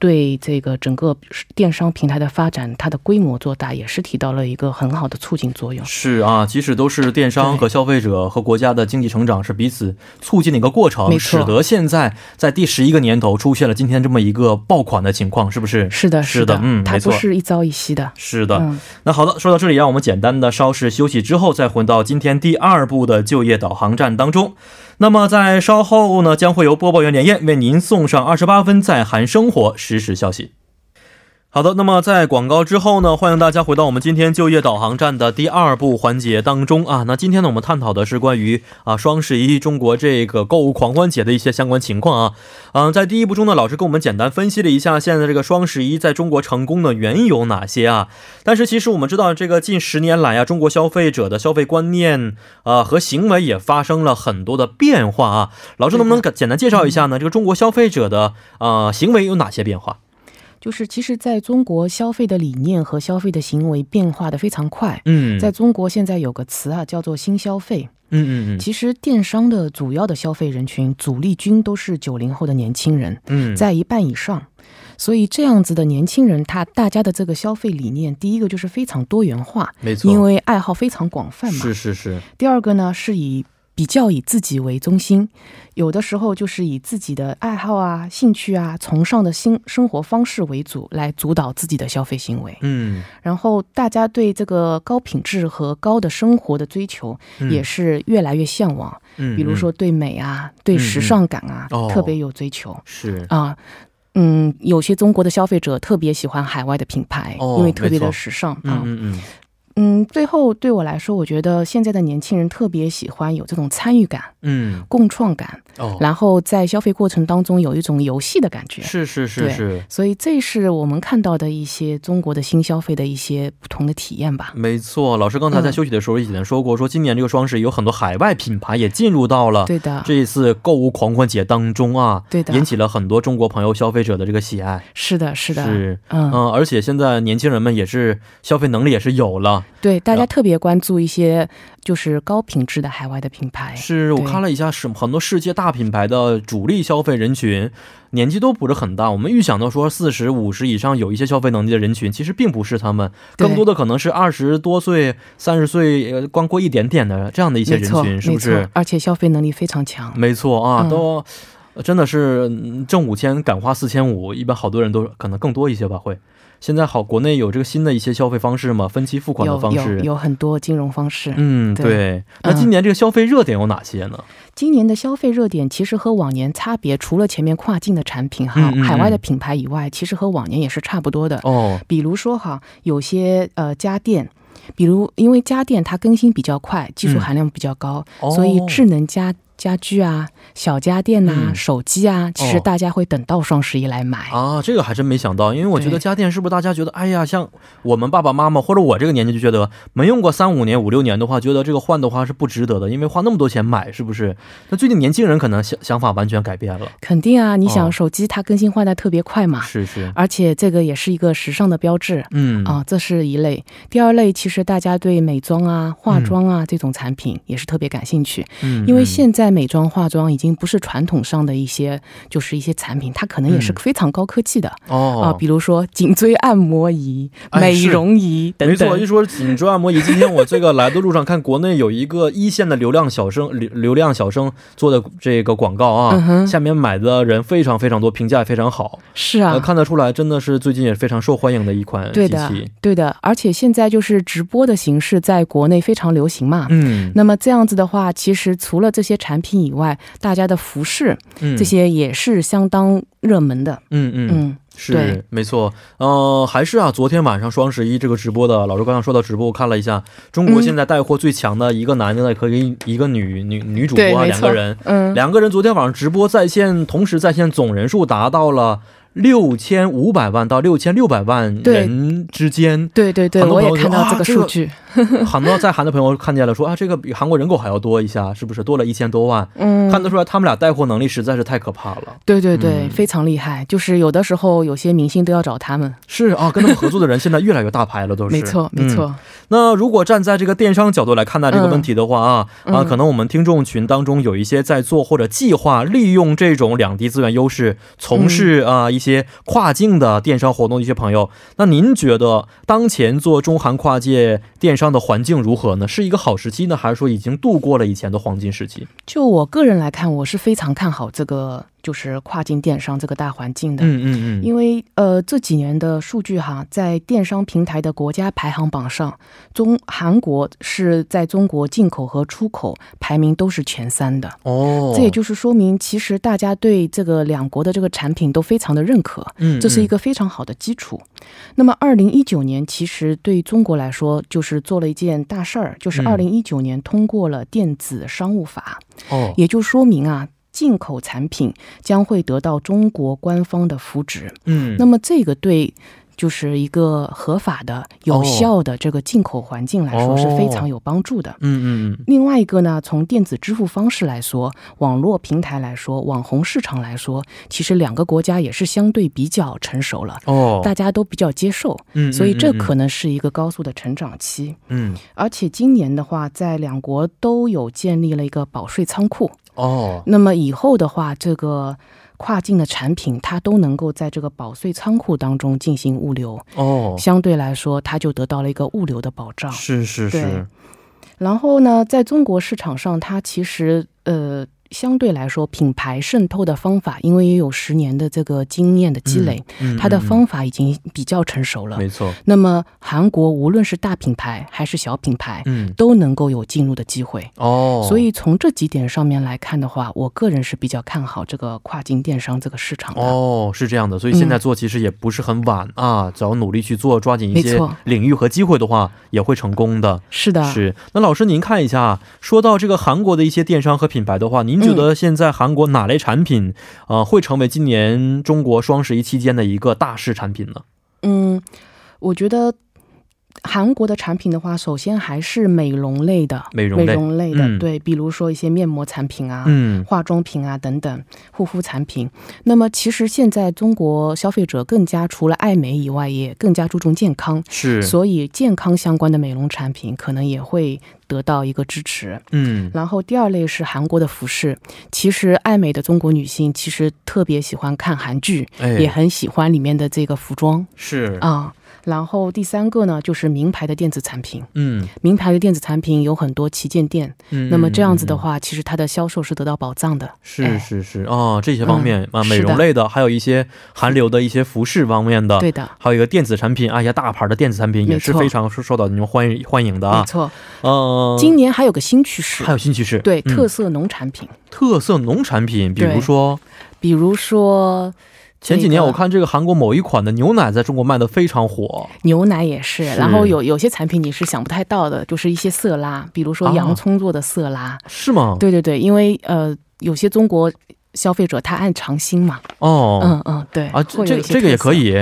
[SPEAKER 2] 对这个整个电商平台的发展，它的规模做大也是起到了一个很好的促进作用。
[SPEAKER 1] 是啊，即使都是电商
[SPEAKER 2] 对
[SPEAKER 1] 和消费者和国家的经济成长是彼此促进的一个过程，
[SPEAKER 2] 没
[SPEAKER 1] 使
[SPEAKER 2] 错
[SPEAKER 1] 得现在在第十一个年头出现了今天这么一个爆款的情况，是不是？
[SPEAKER 2] 是的，
[SPEAKER 1] 是的
[SPEAKER 2] 的，
[SPEAKER 1] 嗯
[SPEAKER 2] 它
[SPEAKER 1] 没
[SPEAKER 2] 不
[SPEAKER 1] 错
[SPEAKER 2] 是一朝一夕的。
[SPEAKER 1] 是的，
[SPEAKER 2] 嗯
[SPEAKER 1] 那好的，说到这里，让我们简单的稍事休息之后，再回到今天第二部的就业导航站当中。那么在稍后呢，将会由播报员连燕为您送上二十八分在韩生活实时消息。好的，那么在广告之后呢，欢迎大家回到我们今天就业导航站的第二部环节当中啊。那今天呢，我们探讨的是关于啊双十一中国这个购物狂欢节的一些相关情况啊。嗯、在第一部中呢，老师跟我们简单分析了一下现在这个双十一在中国成功的原因有哪些啊。但是其实我们知道，这个近十年来啊，中国消费者的消费观念啊、和行为也发生了很多的变化啊。老师能不能简单介绍一下呢？这个中国消费者的呃行为有哪些变化？
[SPEAKER 2] 就是其实在中国消费的理念和消费的行为变化的非常快。
[SPEAKER 1] 嗯，
[SPEAKER 2] 在中国现在有个词啊，叫做新消费。
[SPEAKER 1] 嗯嗯嗯
[SPEAKER 2] 其实电商的主要的消费人群主力军都是九零后的年轻人，
[SPEAKER 1] 嗯，
[SPEAKER 2] 在一半以上。所以这样子的年轻人，他大家的这个消费理念，第一个就是非常多元化，
[SPEAKER 1] 没错，
[SPEAKER 2] 因为爱好非常广泛嘛。
[SPEAKER 1] 是是是，
[SPEAKER 2] 第二个呢，是以比较以自己为中心，有的时候就是以自己的爱好啊、兴趣啊、崇尚的新生活方式为主，来主导自己的消费行为。
[SPEAKER 1] 嗯，
[SPEAKER 2] 然后大家对这个高品质和高的生活的追求
[SPEAKER 1] 嗯
[SPEAKER 2] 也是越来越向往，
[SPEAKER 1] 嗯，
[SPEAKER 2] 比如说对美啊、对时尚感啊、
[SPEAKER 1] 嗯哦
[SPEAKER 2] 特别有追求
[SPEAKER 1] 嗯是，
[SPEAKER 2] 啊。嗯，有些中国的消费者特别喜欢海外的品牌，
[SPEAKER 1] 哦
[SPEAKER 2] 因为特
[SPEAKER 1] 没
[SPEAKER 2] 别的
[SPEAKER 1] 错
[SPEAKER 2] 时尚啊。
[SPEAKER 1] 嗯嗯
[SPEAKER 2] 嗯，最后对我来说，我觉得现在的年轻人特别喜欢有这种参与感、
[SPEAKER 1] 嗯嗯，
[SPEAKER 2] 共创感，
[SPEAKER 1] 哦，
[SPEAKER 2] 然后在消费过程当中有一种游戏的感觉。
[SPEAKER 1] 是是是
[SPEAKER 2] 对
[SPEAKER 1] 是。
[SPEAKER 2] 所以这是我们看到的一些中国的新消费的一些不同的体验吧。
[SPEAKER 1] 没错，老师刚才在
[SPEAKER 2] 嗯
[SPEAKER 1] 休息的时候也简单说过，说今年这个双十一有很多海外品牌也进入到了
[SPEAKER 2] 对的，
[SPEAKER 1] 啊这次购物狂欢节当中啊，
[SPEAKER 2] 对的
[SPEAKER 1] 引起了很多中国朋友消费者的这个喜爱。
[SPEAKER 2] 是的，是的，
[SPEAKER 1] 是，
[SPEAKER 2] 嗯，
[SPEAKER 1] 嗯，而且现在年轻人们也是消费能力也是有了。
[SPEAKER 2] 对，大
[SPEAKER 1] 然
[SPEAKER 2] 家
[SPEAKER 1] 后
[SPEAKER 2] 特别关注一些就是高品质的海外的品牌。
[SPEAKER 1] 是我
[SPEAKER 2] 对
[SPEAKER 1] 看了一下，是很多世界大品牌的主力消费人群年纪都不是很大。我们预想到说四十五十以上有一些消费能力的人群，其实并不是他们，
[SPEAKER 2] 对
[SPEAKER 1] 更多的可能是二十多岁、三十岁，呃，光过一点点的这样的一些
[SPEAKER 2] 没
[SPEAKER 1] 人
[SPEAKER 2] 错，
[SPEAKER 1] 群，是
[SPEAKER 2] 没
[SPEAKER 1] 不
[SPEAKER 2] 错
[SPEAKER 1] 是？，
[SPEAKER 2] 而且消费能力非常强。
[SPEAKER 1] 没错啊，
[SPEAKER 2] 嗯
[SPEAKER 1] 都。呃真的是嗯挣五千敢花四千五，一般好多人都可能更多一些吧。会，现在好国内有这个新的一些消费方式嘛，分期付款的
[SPEAKER 2] 有
[SPEAKER 1] 方
[SPEAKER 2] 有
[SPEAKER 1] 式。
[SPEAKER 2] 有很多金融方式，
[SPEAKER 1] 嗯，
[SPEAKER 2] 对嗯
[SPEAKER 1] 对。那今年这个消费热点有哪些呢？
[SPEAKER 2] 今年的消费热点其实和往年差别，除了前面跨境的产品哈
[SPEAKER 1] 嗯嗯嗯，
[SPEAKER 2] 海外的品牌以外，其实和往年也是差不多的。
[SPEAKER 1] 哦，
[SPEAKER 2] 比如说哈，有些呃家电，比如因为家电它更新比较快，技术
[SPEAKER 1] 嗯
[SPEAKER 2] 含量比较高，
[SPEAKER 1] 哦
[SPEAKER 2] 所以智能家家居啊、小家电呐、
[SPEAKER 1] 嗯
[SPEAKER 2] 手机啊，其实
[SPEAKER 1] 哦
[SPEAKER 2] 大家会等到双十一来买。
[SPEAKER 1] 啊，这个还真没想到，因为我觉得
[SPEAKER 2] 对
[SPEAKER 1] 家电是不是大家觉得，哎呀，像我们爸爸妈妈或者我这个年纪就觉得没用过三五年、五六年的话，觉得这个换的话是不值得的，因为花那么多钱买，是不是？那最近年轻人可能想想法完全改变了，
[SPEAKER 2] 肯定啊，你
[SPEAKER 1] 哦
[SPEAKER 2] 想手机它更新换代特别快嘛，
[SPEAKER 1] 是是，
[SPEAKER 2] 而且这个也是一个时尚的标志。
[SPEAKER 1] 嗯
[SPEAKER 2] 啊，这是一类。第二类，其实大家对美妆啊、化妆啊、这种产品也是特别感兴趣，
[SPEAKER 1] 嗯
[SPEAKER 2] 因为
[SPEAKER 1] 嗯
[SPEAKER 2] 现在美妆、化妆已经不是传统上的一些，就是一些产品，它可能也是
[SPEAKER 1] 嗯
[SPEAKER 2] 非常高科技的、
[SPEAKER 1] 哦
[SPEAKER 2] 啊，比如说颈椎按摩仪、
[SPEAKER 1] 哎
[SPEAKER 2] 美
[SPEAKER 1] 是
[SPEAKER 2] 容仪等
[SPEAKER 1] 没
[SPEAKER 2] 等。
[SPEAKER 1] 错，一说颈椎按摩仪，今天我这个来的路上看国内有一个一线的流量小生流流量小生做的这个广告啊，
[SPEAKER 2] 嗯哼
[SPEAKER 1] 下面买的人非常非常多，评价也非常好，
[SPEAKER 2] 是
[SPEAKER 1] 呃，
[SPEAKER 2] 啊。
[SPEAKER 1] 看得出来真的是最近也非常受欢迎的一款
[SPEAKER 2] 对
[SPEAKER 1] 机
[SPEAKER 2] 的
[SPEAKER 1] 器。，
[SPEAKER 2] 对的，而且现在就是直播的形式在国内非常流行嘛。
[SPEAKER 1] 嗯，
[SPEAKER 2] 那么这样子的话，其实除了这些产品以外，大家的服饰
[SPEAKER 1] 嗯
[SPEAKER 2] 这，些也是相当热门的。
[SPEAKER 1] 嗯嗯，
[SPEAKER 2] 嗯，对
[SPEAKER 1] 是没错。呃，还是啊，昨天晚上双十一这个直播的，老师刚刚说到直播，我看了一下，中国
[SPEAKER 2] 嗯
[SPEAKER 1] 现在带货最强的一个男的和一一个女女女主
[SPEAKER 2] 对
[SPEAKER 1] 播啊，
[SPEAKER 2] 没
[SPEAKER 1] 两
[SPEAKER 2] 错
[SPEAKER 1] 个人，
[SPEAKER 2] 嗯，
[SPEAKER 1] 两个人昨天晚上直播在线，同时在线总人数达到了六千五百万到六千六百万
[SPEAKER 2] 对，
[SPEAKER 1] 人之间
[SPEAKER 2] 对对对，
[SPEAKER 1] 很多
[SPEAKER 2] 我也
[SPEAKER 1] 朋友
[SPEAKER 2] 看
[SPEAKER 1] 就啊
[SPEAKER 2] 到这个
[SPEAKER 1] 这个
[SPEAKER 2] 数据。
[SPEAKER 1] 很多在韩的朋友看见了，说啊，这个比韩国人口还要多一下，是不是多了一千多万？
[SPEAKER 2] 嗯，
[SPEAKER 1] 看得出来，他们俩带货能力实在是太可怕了。
[SPEAKER 2] 对对对、
[SPEAKER 1] 嗯
[SPEAKER 2] 非常厉害。就是有的时候有些明星都要找他们，
[SPEAKER 1] 是啊，跟他们合作的人现在越来越大牌了，都是。
[SPEAKER 2] 没错没
[SPEAKER 1] 嗯
[SPEAKER 2] 错、
[SPEAKER 1] 那如果站在这个电商角度来看待这个问题的话啊、
[SPEAKER 2] 嗯
[SPEAKER 1] 啊，
[SPEAKER 2] 嗯
[SPEAKER 1] 可能我们听众群当中有一些在做或者计划利用这种两地资源优势从事
[SPEAKER 2] 嗯
[SPEAKER 1] 啊、一些跨境的电商活动的一些朋友，那您觉得当前做中韩跨界电商的环境如何呢？是一个好时期呢，还是说已经度过了以前的黄金时期？
[SPEAKER 2] 就我个人来看，我是非常看好这个就是跨境电商这个大环境的。
[SPEAKER 1] 嗯嗯嗯，
[SPEAKER 2] 因为呃这几年的数据哈，在电商平台的国家排行榜上，中韩国是在中国进口和出口排名都是前三的。
[SPEAKER 1] 哦，
[SPEAKER 2] 这也就是说明，其实大家对这个两国的这个产品都非常的认可，
[SPEAKER 1] 嗯，
[SPEAKER 2] 这是一
[SPEAKER 1] 个
[SPEAKER 2] 个非常好的基础。那么，二零一九年其实对于中国来说，就是做了一件大事儿，就是
[SPEAKER 1] 嗯
[SPEAKER 2] 二零一九年通过了电子商务法，
[SPEAKER 1] 哦，
[SPEAKER 2] 也就说明啊。进口产品将会得到中国官方的扶植，
[SPEAKER 1] 嗯，
[SPEAKER 2] 那么这个对就是一个合法的、有
[SPEAKER 1] 哦
[SPEAKER 2] 效的这个进口环境来说是非常有帮助的。
[SPEAKER 1] 嗯嗯
[SPEAKER 2] 另外一个呢，从电子支付方式来说，网络平台来说，网红市场来说，其实两个国家也是相对比较成熟了，
[SPEAKER 1] 嗯，哦，
[SPEAKER 2] 大家都比较接受，
[SPEAKER 1] 嗯，嗯
[SPEAKER 2] 所以这
[SPEAKER 1] 嗯
[SPEAKER 2] 可能是一个高速的成长期。
[SPEAKER 1] 嗯嗯
[SPEAKER 2] 而且今年的话，在两国都有建立了一个保税仓库，
[SPEAKER 1] 哦，
[SPEAKER 2] 那么以后的话，这个跨境的产品它都能够在这个保税仓库当中进行物流，
[SPEAKER 1] 哦，
[SPEAKER 2] 相对来说，它就得到了一个物流的保障。
[SPEAKER 1] 是是是
[SPEAKER 2] 对，然后呢，在中国市场上，它其实呃。相对来说，品牌渗透的方法，因为也有十年的这个经验的积累，
[SPEAKER 1] 嗯
[SPEAKER 2] 它的
[SPEAKER 1] 嗯嗯
[SPEAKER 2] 方法已经比较成熟了。
[SPEAKER 1] 没错，
[SPEAKER 2] 那么，韩国无论是大品牌还是小品牌，
[SPEAKER 1] 嗯，
[SPEAKER 2] 都能够有进入的机会。
[SPEAKER 1] 哦，
[SPEAKER 2] 所以从这几点上面来看的话，我个人是比较看好这个跨境电商这个市场的。
[SPEAKER 1] 哦，是这样的，所以现
[SPEAKER 2] 嗯
[SPEAKER 1] 在做其实也不是很晚啊，只要努力去做，抓紧一些
[SPEAKER 2] 没错
[SPEAKER 1] 领域和机会的话，也会成功的。
[SPEAKER 2] 是啊的，
[SPEAKER 1] 是，那老师您看一下，说到这个韩国的一些电商和品牌的话，您
[SPEAKER 2] 嗯
[SPEAKER 1] 觉得现在韩国哪类产品，呃，会成为今年中国双十一期间的一个大势产品呢？
[SPEAKER 2] 嗯，我觉得韩国的产品的话，首先还是美容类的，
[SPEAKER 1] 美容
[SPEAKER 2] 美
[SPEAKER 1] 类
[SPEAKER 2] 容类的，
[SPEAKER 1] 嗯
[SPEAKER 2] 对，比如说一些面膜产品啊。
[SPEAKER 1] 嗯，
[SPEAKER 2] 化妆品啊，等等护肤产品。那么，其实现在中国消费者更加除了爱美以外，也更加注重健康，
[SPEAKER 1] 是，
[SPEAKER 2] 所以健康相关的美容产品可能也会得到一个支持。
[SPEAKER 1] 嗯，
[SPEAKER 2] 然后第二类是韩国的服饰，其实爱美的中国女性其实特别喜欢看韩剧，
[SPEAKER 1] 哎，
[SPEAKER 2] 也很喜欢里面的这个服装
[SPEAKER 1] 是，
[SPEAKER 2] 啊。然后第三个呢，就是名牌的电子产品，
[SPEAKER 1] 嗯
[SPEAKER 2] 名牌的电子产品有很多旗舰店，
[SPEAKER 1] 嗯，
[SPEAKER 2] 那么这样子的
[SPEAKER 1] 话，
[SPEAKER 2] 话，其实它的销售是得到保障的。
[SPEAKER 1] 是
[SPEAKER 2] 哎
[SPEAKER 1] 是是啊，这些方面啊，
[SPEAKER 2] 嗯
[SPEAKER 1] 美
[SPEAKER 2] 是
[SPEAKER 1] 容
[SPEAKER 2] 的
[SPEAKER 1] 类的，还有一些韩流的一些服饰方面的，
[SPEAKER 2] 对的，
[SPEAKER 1] 还有一个电子产品啊，一些大牌的电子产品也
[SPEAKER 2] 没
[SPEAKER 1] 是
[SPEAKER 2] 错
[SPEAKER 1] 非常受受到您欢迎欢迎的
[SPEAKER 2] 没
[SPEAKER 1] 啊。
[SPEAKER 2] 错。
[SPEAKER 1] 嗯，
[SPEAKER 2] 今年还有个新趋势
[SPEAKER 1] 还，有新趋势，
[SPEAKER 2] 对
[SPEAKER 1] 嗯
[SPEAKER 2] 特色农产品，
[SPEAKER 1] 特色农产品，比如
[SPEAKER 2] 对
[SPEAKER 1] 说
[SPEAKER 2] 比如说
[SPEAKER 1] 前几
[SPEAKER 2] 这
[SPEAKER 1] 年
[SPEAKER 2] 个
[SPEAKER 1] 我看这个韩国某一款的牛奶在中国卖的非常火，
[SPEAKER 2] 牛奶也是，
[SPEAKER 1] 是
[SPEAKER 2] 然后有有些产品你是想不太到的，就是一些色拉，比如说
[SPEAKER 1] 啊
[SPEAKER 2] 洋葱做的色拉。
[SPEAKER 1] 是吗？
[SPEAKER 2] 对对对，因为呃，有些中国消费者他按常新嘛，
[SPEAKER 1] 哦，
[SPEAKER 2] 嗯嗯，对
[SPEAKER 1] 啊，
[SPEAKER 2] 会
[SPEAKER 1] 这这
[SPEAKER 2] 有一
[SPEAKER 1] 个
[SPEAKER 2] 些
[SPEAKER 1] 这个也
[SPEAKER 2] 特色
[SPEAKER 1] 可。以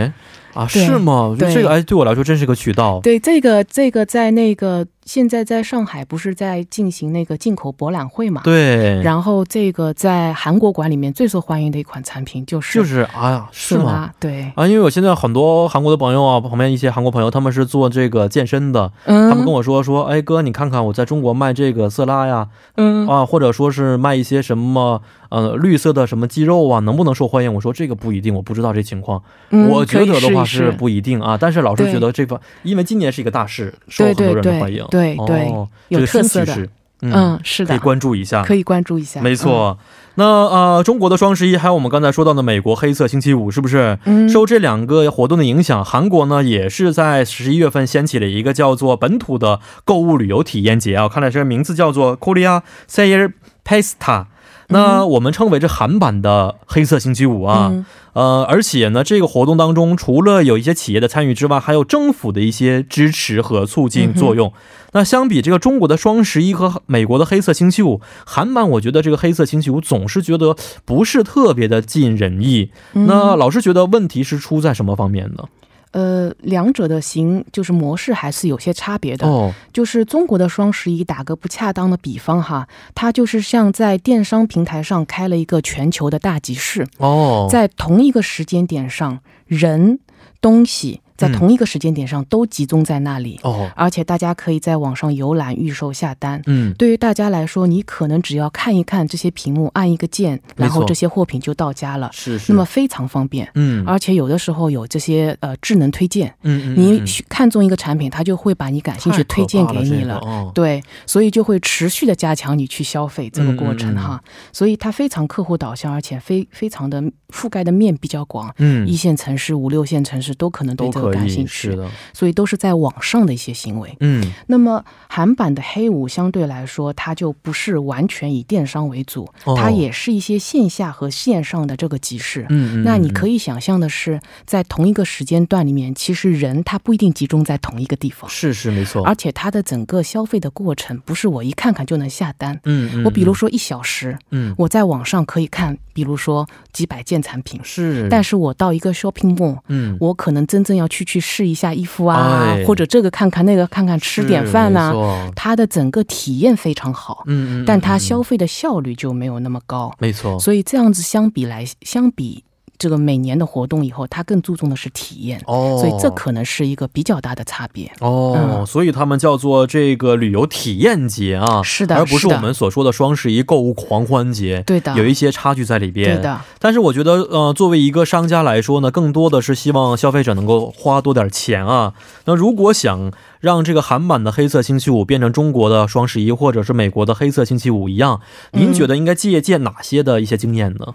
[SPEAKER 1] 啊，
[SPEAKER 2] 对
[SPEAKER 1] 是吗？
[SPEAKER 2] 对
[SPEAKER 1] 这个哎，对我来说真是个渠道。
[SPEAKER 2] 对，这个这个在那个现在在上海不是在进行那个进口博览会嘛？。
[SPEAKER 1] 对，
[SPEAKER 2] 然后这个在韩国馆里面最受欢迎的一款产品就是
[SPEAKER 1] 就是哎呀，是
[SPEAKER 2] 色
[SPEAKER 1] 吗？
[SPEAKER 2] 拉，对，
[SPEAKER 1] 啊，因为我现在很多韩国的朋友啊，旁边一些韩国朋友，他们是做这个健身的，
[SPEAKER 2] 嗯，
[SPEAKER 1] 他们跟我说说，哎哥，你看看我在中国卖这个色拉呀，
[SPEAKER 2] 嗯
[SPEAKER 1] 啊，或者说是卖一些什么呃绿色的什么鸡肉啊，能不能受欢迎？我说这个不一定，我不知道这情况。
[SPEAKER 2] 嗯
[SPEAKER 1] 我觉得的话
[SPEAKER 2] 可
[SPEAKER 1] 是
[SPEAKER 2] 以试一试
[SPEAKER 1] 不一定啊，但是老师
[SPEAKER 2] 对
[SPEAKER 1] 觉得这个，因为今年是一个大事，受
[SPEAKER 2] 对
[SPEAKER 1] 很
[SPEAKER 2] 对
[SPEAKER 1] 多人的欢
[SPEAKER 2] 对
[SPEAKER 1] 迎，
[SPEAKER 2] 对对，
[SPEAKER 1] 哦、这
[SPEAKER 2] 有
[SPEAKER 1] 个
[SPEAKER 2] 特
[SPEAKER 1] 新
[SPEAKER 2] 色
[SPEAKER 1] 趋
[SPEAKER 2] 的
[SPEAKER 1] 势，
[SPEAKER 2] 嗯，是
[SPEAKER 1] 可以
[SPEAKER 2] 的，
[SPEAKER 1] 关注一下。
[SPEAKER 2] 可以嗯关注一下，
[SPEAKER 1] 没错，那呃，中国的双十一还有我们刚才说到的美国黑色星期五，是不是？
[SPEAKER 2] 嗯，嗯，
[SPEAKER 1] 受这两个活动的影响，韩国呢也是在十一月份掀起了一个叫做本土的购物旅游体验节啊，看来这个名字叫做 Korea Sayer Pesta。那我们称为这韩版的黑色星期五啊，
[SPEAKER 2] 嗯
[SPEAKER 1] 呃，而且呢，这个活动当中，除了有一些企业的参与之外，还有政府的一些支持和促
[SPEAKER 2] 嗯
[SPEAKER 1] 进作用。那相比这个中国的双十一和美国的黑色星期五，韩版我觉得这个黑色星期五总是觉得不是特别的尽人意。
[SPEAKER 2] 嗯
[SPEAKER 1] 那老师觉得问题是出在什么方面呢？
[SPEAKER 2] 呃，两者的形就是模式还是有些差别的。
[SPEAKER 1] 哦，
[SPEAKER 2] 就是中国的双十一，打个不恰当的比方哈，它就是像在电商平台上开了一个全球的大集市，
[SPEAKER 1] 哦，
[SPEAKER 2] 在同一个时间点上，人、东西。在同一个时间点上都集中在那里，
[SPEAKER 1] 哦，
[SPEAKER 2] 而且大家可以在网上浏览、预售、下单。
[SPEAKER 1] 嗯，
[SPEAKER 2] 对于大家来说，你可能只要看一看这些屏幕，按一个键，然后
[SPEAKER 1] 没错
[SPEAKER 2] 这些货品就到家了，
[SPEAKER 1] 是是，
[SPEAKER 2] 那么非常方便。
[SPEAKER 1] 嗯，
[SPEAKER 2] 而且有的时候有这些呃智能推荐，
[SPEAKER 1] 嗯嗯，
[SPEAKER 2] 你
[SPEAKER 1] 嗯
[SPEAKER 2] 去看中一个产品，它就会把你感兴趣
[SPEAKER 1] 太
[SPEAKER 2] 推
[SPEAKER 1] 可
[SPEAKER 2] 荐
[SPEAKER 1] 怕
[SPEAKER 2] 给你
[SPEAKER 1] 这个
[SPEAKER 2] 了。
[SPEAKER 1] 哦，
[SPEAKER 2] 对，所以就会持续的加强你去消费这个过程
[SPEAKER 1] 嗯嗯嗯
[SPEAKER 2] 哈，所以它非常客户导向，而且非非常的覆盖的面比较广，一
[SPEAKER 1] 嗯，
[SPEAKER 2] 线城市、五六线城市都可能对
[SPEAKER 1] 都
[SPEAKER 2] 这
[SPEAKER 1] 可
[SPEAKER 2] 个感兴
[SPEAKER 1] 以，
[SPEAKER 2] 趣
[SPEAKER 1] 是，的，
[SPEAKER 2] 所以都是在网上的一些行为。
[SPEAKER 1] 嗯，
[SPEAKER 2] 那么韩版的黑五相对来说，它就不是完全以电商为主，
[SPEAKER 1] 哦
[SPEAKER 2] 它也是一些线下和线上的这个集市。
[SPEAKER 1] 嗯，
[SPEAKER 2] 那你可
[SPEAKER 1] 以，
[SPEAKER 2] 以想象的是，在同一个时间段里面，其实人他不一定集中在同一个地方。
[SPEAKER 1] 嗯是哦是没错，
[SPEAKER 2] 而且它的整个消费的过程不是我一看看就能下单。
[SPEAKER 1] 嗯嗯，
[SPEAKER 2] 我比如
[SPEAKER 1] 嗯，
[SPEAKER 2] 说一小时，
[SPEAKER 1] 嗯，
[SPEAKER 2] 我在网上可以看，比如说几百件产品，
[SPEAKER 1] 是，
[SPEAKER 2] 但
[SPEAKER 1] 是，
[SPEAKER 2] 是我到一个 shopping mall，
[SPEAKER 1] 嗯，
[SPEAKER 2] 我可能真正要去去试一下衣服啊，
[SPEAKER 1] 哎
[SPEAKER 2] 或者这个看看那个看看，吃点饭呐、
[SPEAKER 1] 是没错
[SPEAKER 2] 它的整个体验非常好，
[SPEAKER 1] 嗯嗯，
[SPEAKER 2] 但它
[SPEAKER 1] 嗯
[SPEAKER 2] 消，费的效率就没有那么高
[SPEAKER 1] 嗯。没错，
[SPEAKER 2] 所以这样子相比来，相比这个每年的活动以后，它更注重的是体验，
[SPEAKER 1] 哦，
[SPEAKER 2] 所以这可能是一个比较大的差别。
[SPEAKER 1] 哦、
[SPEAKER 2] 嗯
[SPEAKER 1] 所以他们叫做这个旅游体验节啊，
[SPEAKER 2] 是的
[SPEAKER 1] 而不是
[SPEAKER 2] 是的
[SPEAKER 1] 我们所说的双十一购物狂欢节，
[SPEAKER 2] 对的
[SPEAKER 1] 有一些差距在里边。
[SPEAKER 2] 对的，
[SPEAKER 1] 但是我觉得，呃，作为一个商家来说呢，更多的是希望消费者能够花多点钱啊。那如果想让这个韩版的黑色星期五变成中国的双十一，或者是美国的黑色星期五一样，
[SPEAKER 2] 嗯
[SPEAKER 1] 您觉得应该借鉴哪些的一些经验呢？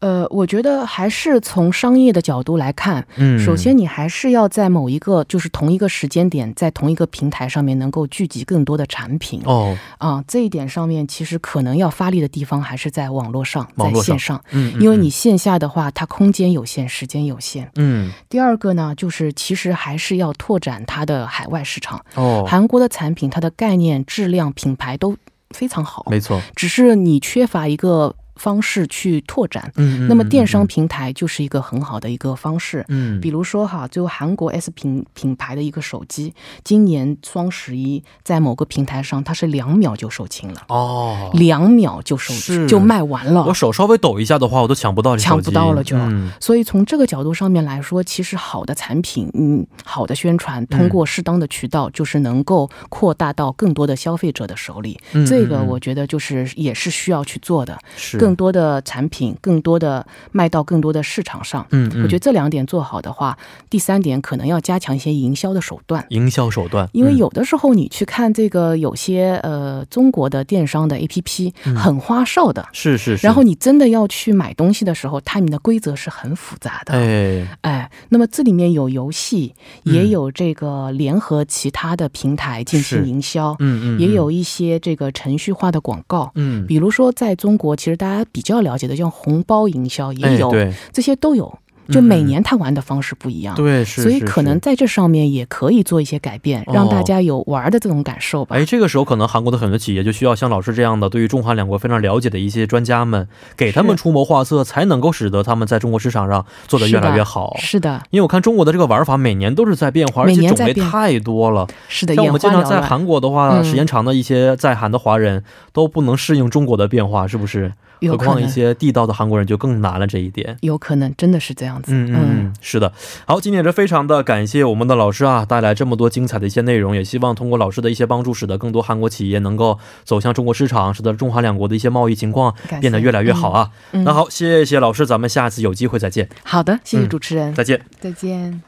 [SPEAKER 2] 呃，我觉得还是从商业的角度来看，
[SPEAKER 1] 嗯，
[SPEAKER 2] 首先你还是要在某一个就是同一个时间点，在同一个平台上面能够聚集更多的产品啊、
[SPEAKER 1] 哦，
[SPEAKER 2] 这一点上面其实可能要发力的地方还是在网络上，
[SPEAKER 1] 网
[SPEAKER 2] 在
[SPEAKER 1] 络上
[SPEAKER 2] 线上，
[SPEAKER 1] 嗯，嗯
[SPEAKER 2] 因为你线下的话，它空间有限，时间有限。
[SPEAKER 1] 嗯
[SPEAKER 2] 第二个呢，就是其实还是要拓展它的海外市场，
[SPEAKER 1] 哦，
[SPEAKER 2] 韩国的产品它的概念、质量、品牌都非常好，
[SPEAKER 1] 没错，
[SPEAKER 2] 只是你缺乏一个方式去拓展。
[SPEAKER 1] 嗯，嗯
[SPEAKER 2] 那么电商
[SPEAKER 1] 嗯
[SPEAKER 2] 平台就是一个很好的一个方式。
[SPEAKER 1] 嗯，
[SPEAKER 2] 比如说哈，就韩国 S 品品牌的一个手机，今年双十一在某个平台上，它是两秒就售罄了，
[SPEAKER 1] 哦，
[SPEAKER 2] 两秒就售
[SPEAKER 1] 是
[SPEAKER 2] 就卖完了
[SPEAKER 1] 我。手稍微抖一下的话，我都抢不到这
[SPEAKER 2] 抢
[SPEAKER 1] 手机
[SPEAKER 2] 不到了就
[SPEAKER 1] 嗯
[SPEAKER 2] 所以从这个角度上面来说，其实好的产品，嗯，好的宣传，
[SPEAKER 1] 嗯
[SPEAKER 2] 通过适当的渠道，就是能够扩大到更多的消费者的手里。
[SPEAKER 1] 嗯
[SPEAKER 2] 这个
[SPEAKER 1] 嗯
[SPEAKER 2] 我觉得就是也是需要去做的，
[SPEAKER 1] 是
[SPEAKER 2] 更多的产品，更多的卖到更多的市场上。
[SPEAKER 1] 嗯嗯，
[SPEAKER 2] 我觉
[SPEAKER 1] 得
[SPEAKER 2] 得这两点做好的话，第三点可能要加强一些营销的手段。
[SPEAKER 1] 营销手段，
[SPEAKER 2] 因为
[SPEAKER 1] 嗯
[SPEAKER 2] 有的时候你去看这个有些呃中国的电商的 APP 很花哨的，
[SPEAKER 1] 是嗯是是，
[SPEAKER 2] 然后你真的要去买东西的时候，它们的规则是很复杂的。
[SPEAKER 1] 哎
[SPEAKER 2] 哎，那么这里面有游戏，
[SPEAKER 1] 嗯
[SPEAKER 2] 也有这个联合其他的平台进行
[SPEAKER 1] 是
[SPEAKER 2] 营销，
[SPEAKER 1] 嗯嗯，
[SPEAKER 2] 也有一些这个程序化的广告。
[SPEAKER 1] 嗯嗯
[SPEAKER 2] 比如说，在中国，其实大家比较了解的，像红包营销也
[SPEAKER 1] 哎
[SPEAKER 2] 有，
[SPEAKER 1] 对
[SPEAKER 2] 这些都有。
[SPEAKER 1] 嗯
[SPEAKER 2] 就每年他玩的方式不一样，
[SPEAKER 1] 对是，
[SPEAKER 2] 啊所以
[SPEAKER 1] 是
[SPEAKER 2] 可能
[SPEAKER 1] 是
[SPEAKER 2] 在这上面也可以做一些改变，
[SPEAKER 1] 哦
[SPEAKER 2] 让大家有玩的这种感受吧。
[SPEAKER 1] 哎，这个时候可能韩国的很多企业就需要像老师这样的对于中韩两国非常了解的一些专家们，给他们
[SPEAKER 2] 是
[SPEAKER 1] 出谋划策，才能够使得他们在中国市场上做得越来越好。
[SPEAKER 2] 是的，
[SPEAKER 1] 因为我看中国的这个玩法每年都是在变化，而
[SPEAKER 2] 每
[SPEAKER 1] 且
[SPEAKER 2] 年
[SPEAKER 1] 种
[SPEAKER 2] 在
[SPEAKER 1] 类
[SPEAKER 2] 变
[SPEAKER 1] 太多了。
[SPEAKER 2] 是的，
[SPEAKER 1] 像
[SPEAKER 2] 眼
[SPEAKER 1] 我们经
[SPEAKER 2] 花缭
[SPEAKER 1] 常在
[SPEAKER 2] 乱。
[SPEAKER 1] 韩国的话，
[SPEAKER 2] 嗯
[SPEAKER 1] 时间长的一些在韩的华人都不能适应中国的变化，是不是？
[SPEAKER 2] 有
[SPEAKER 1] 何
[SPEAKER 2] 可
[SPEAKER 1] 况一
[SPEAKER 2] 能，
[SPEAKER 1] 些地道的韩国人就更难了这一点。
[SPEAKER 2] 有可能真的是这样子。
[SPEAKER 1] 嗯嗯嗯，是的。好，今天也是非常的感谢我们的老师啊，带来这么多精彩的一些内容，也希望通过老师的一些帮助，使得更多韩国企业能够走向中国市场，使得中韩两国的一些贸易情况
[SPEAKER 2] 感谢
[SPEAKER 1] 变得越来越好啊。
[SPEAKER 2] 嗯嗯
[SPEAKER 1] 那好，谢谢老师，咱们下次有机会再见，
[SPEAKER 2] 好的，谢谢
[SPEAKER 1] 嗯
[SPEAKER 2] 主持人，
[SPEAKER 1] 再见。
[SPEAKER 2] 再见。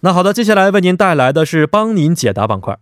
[SPEAKER 1] 那好的，接下来为您带来的是帮您解答板块。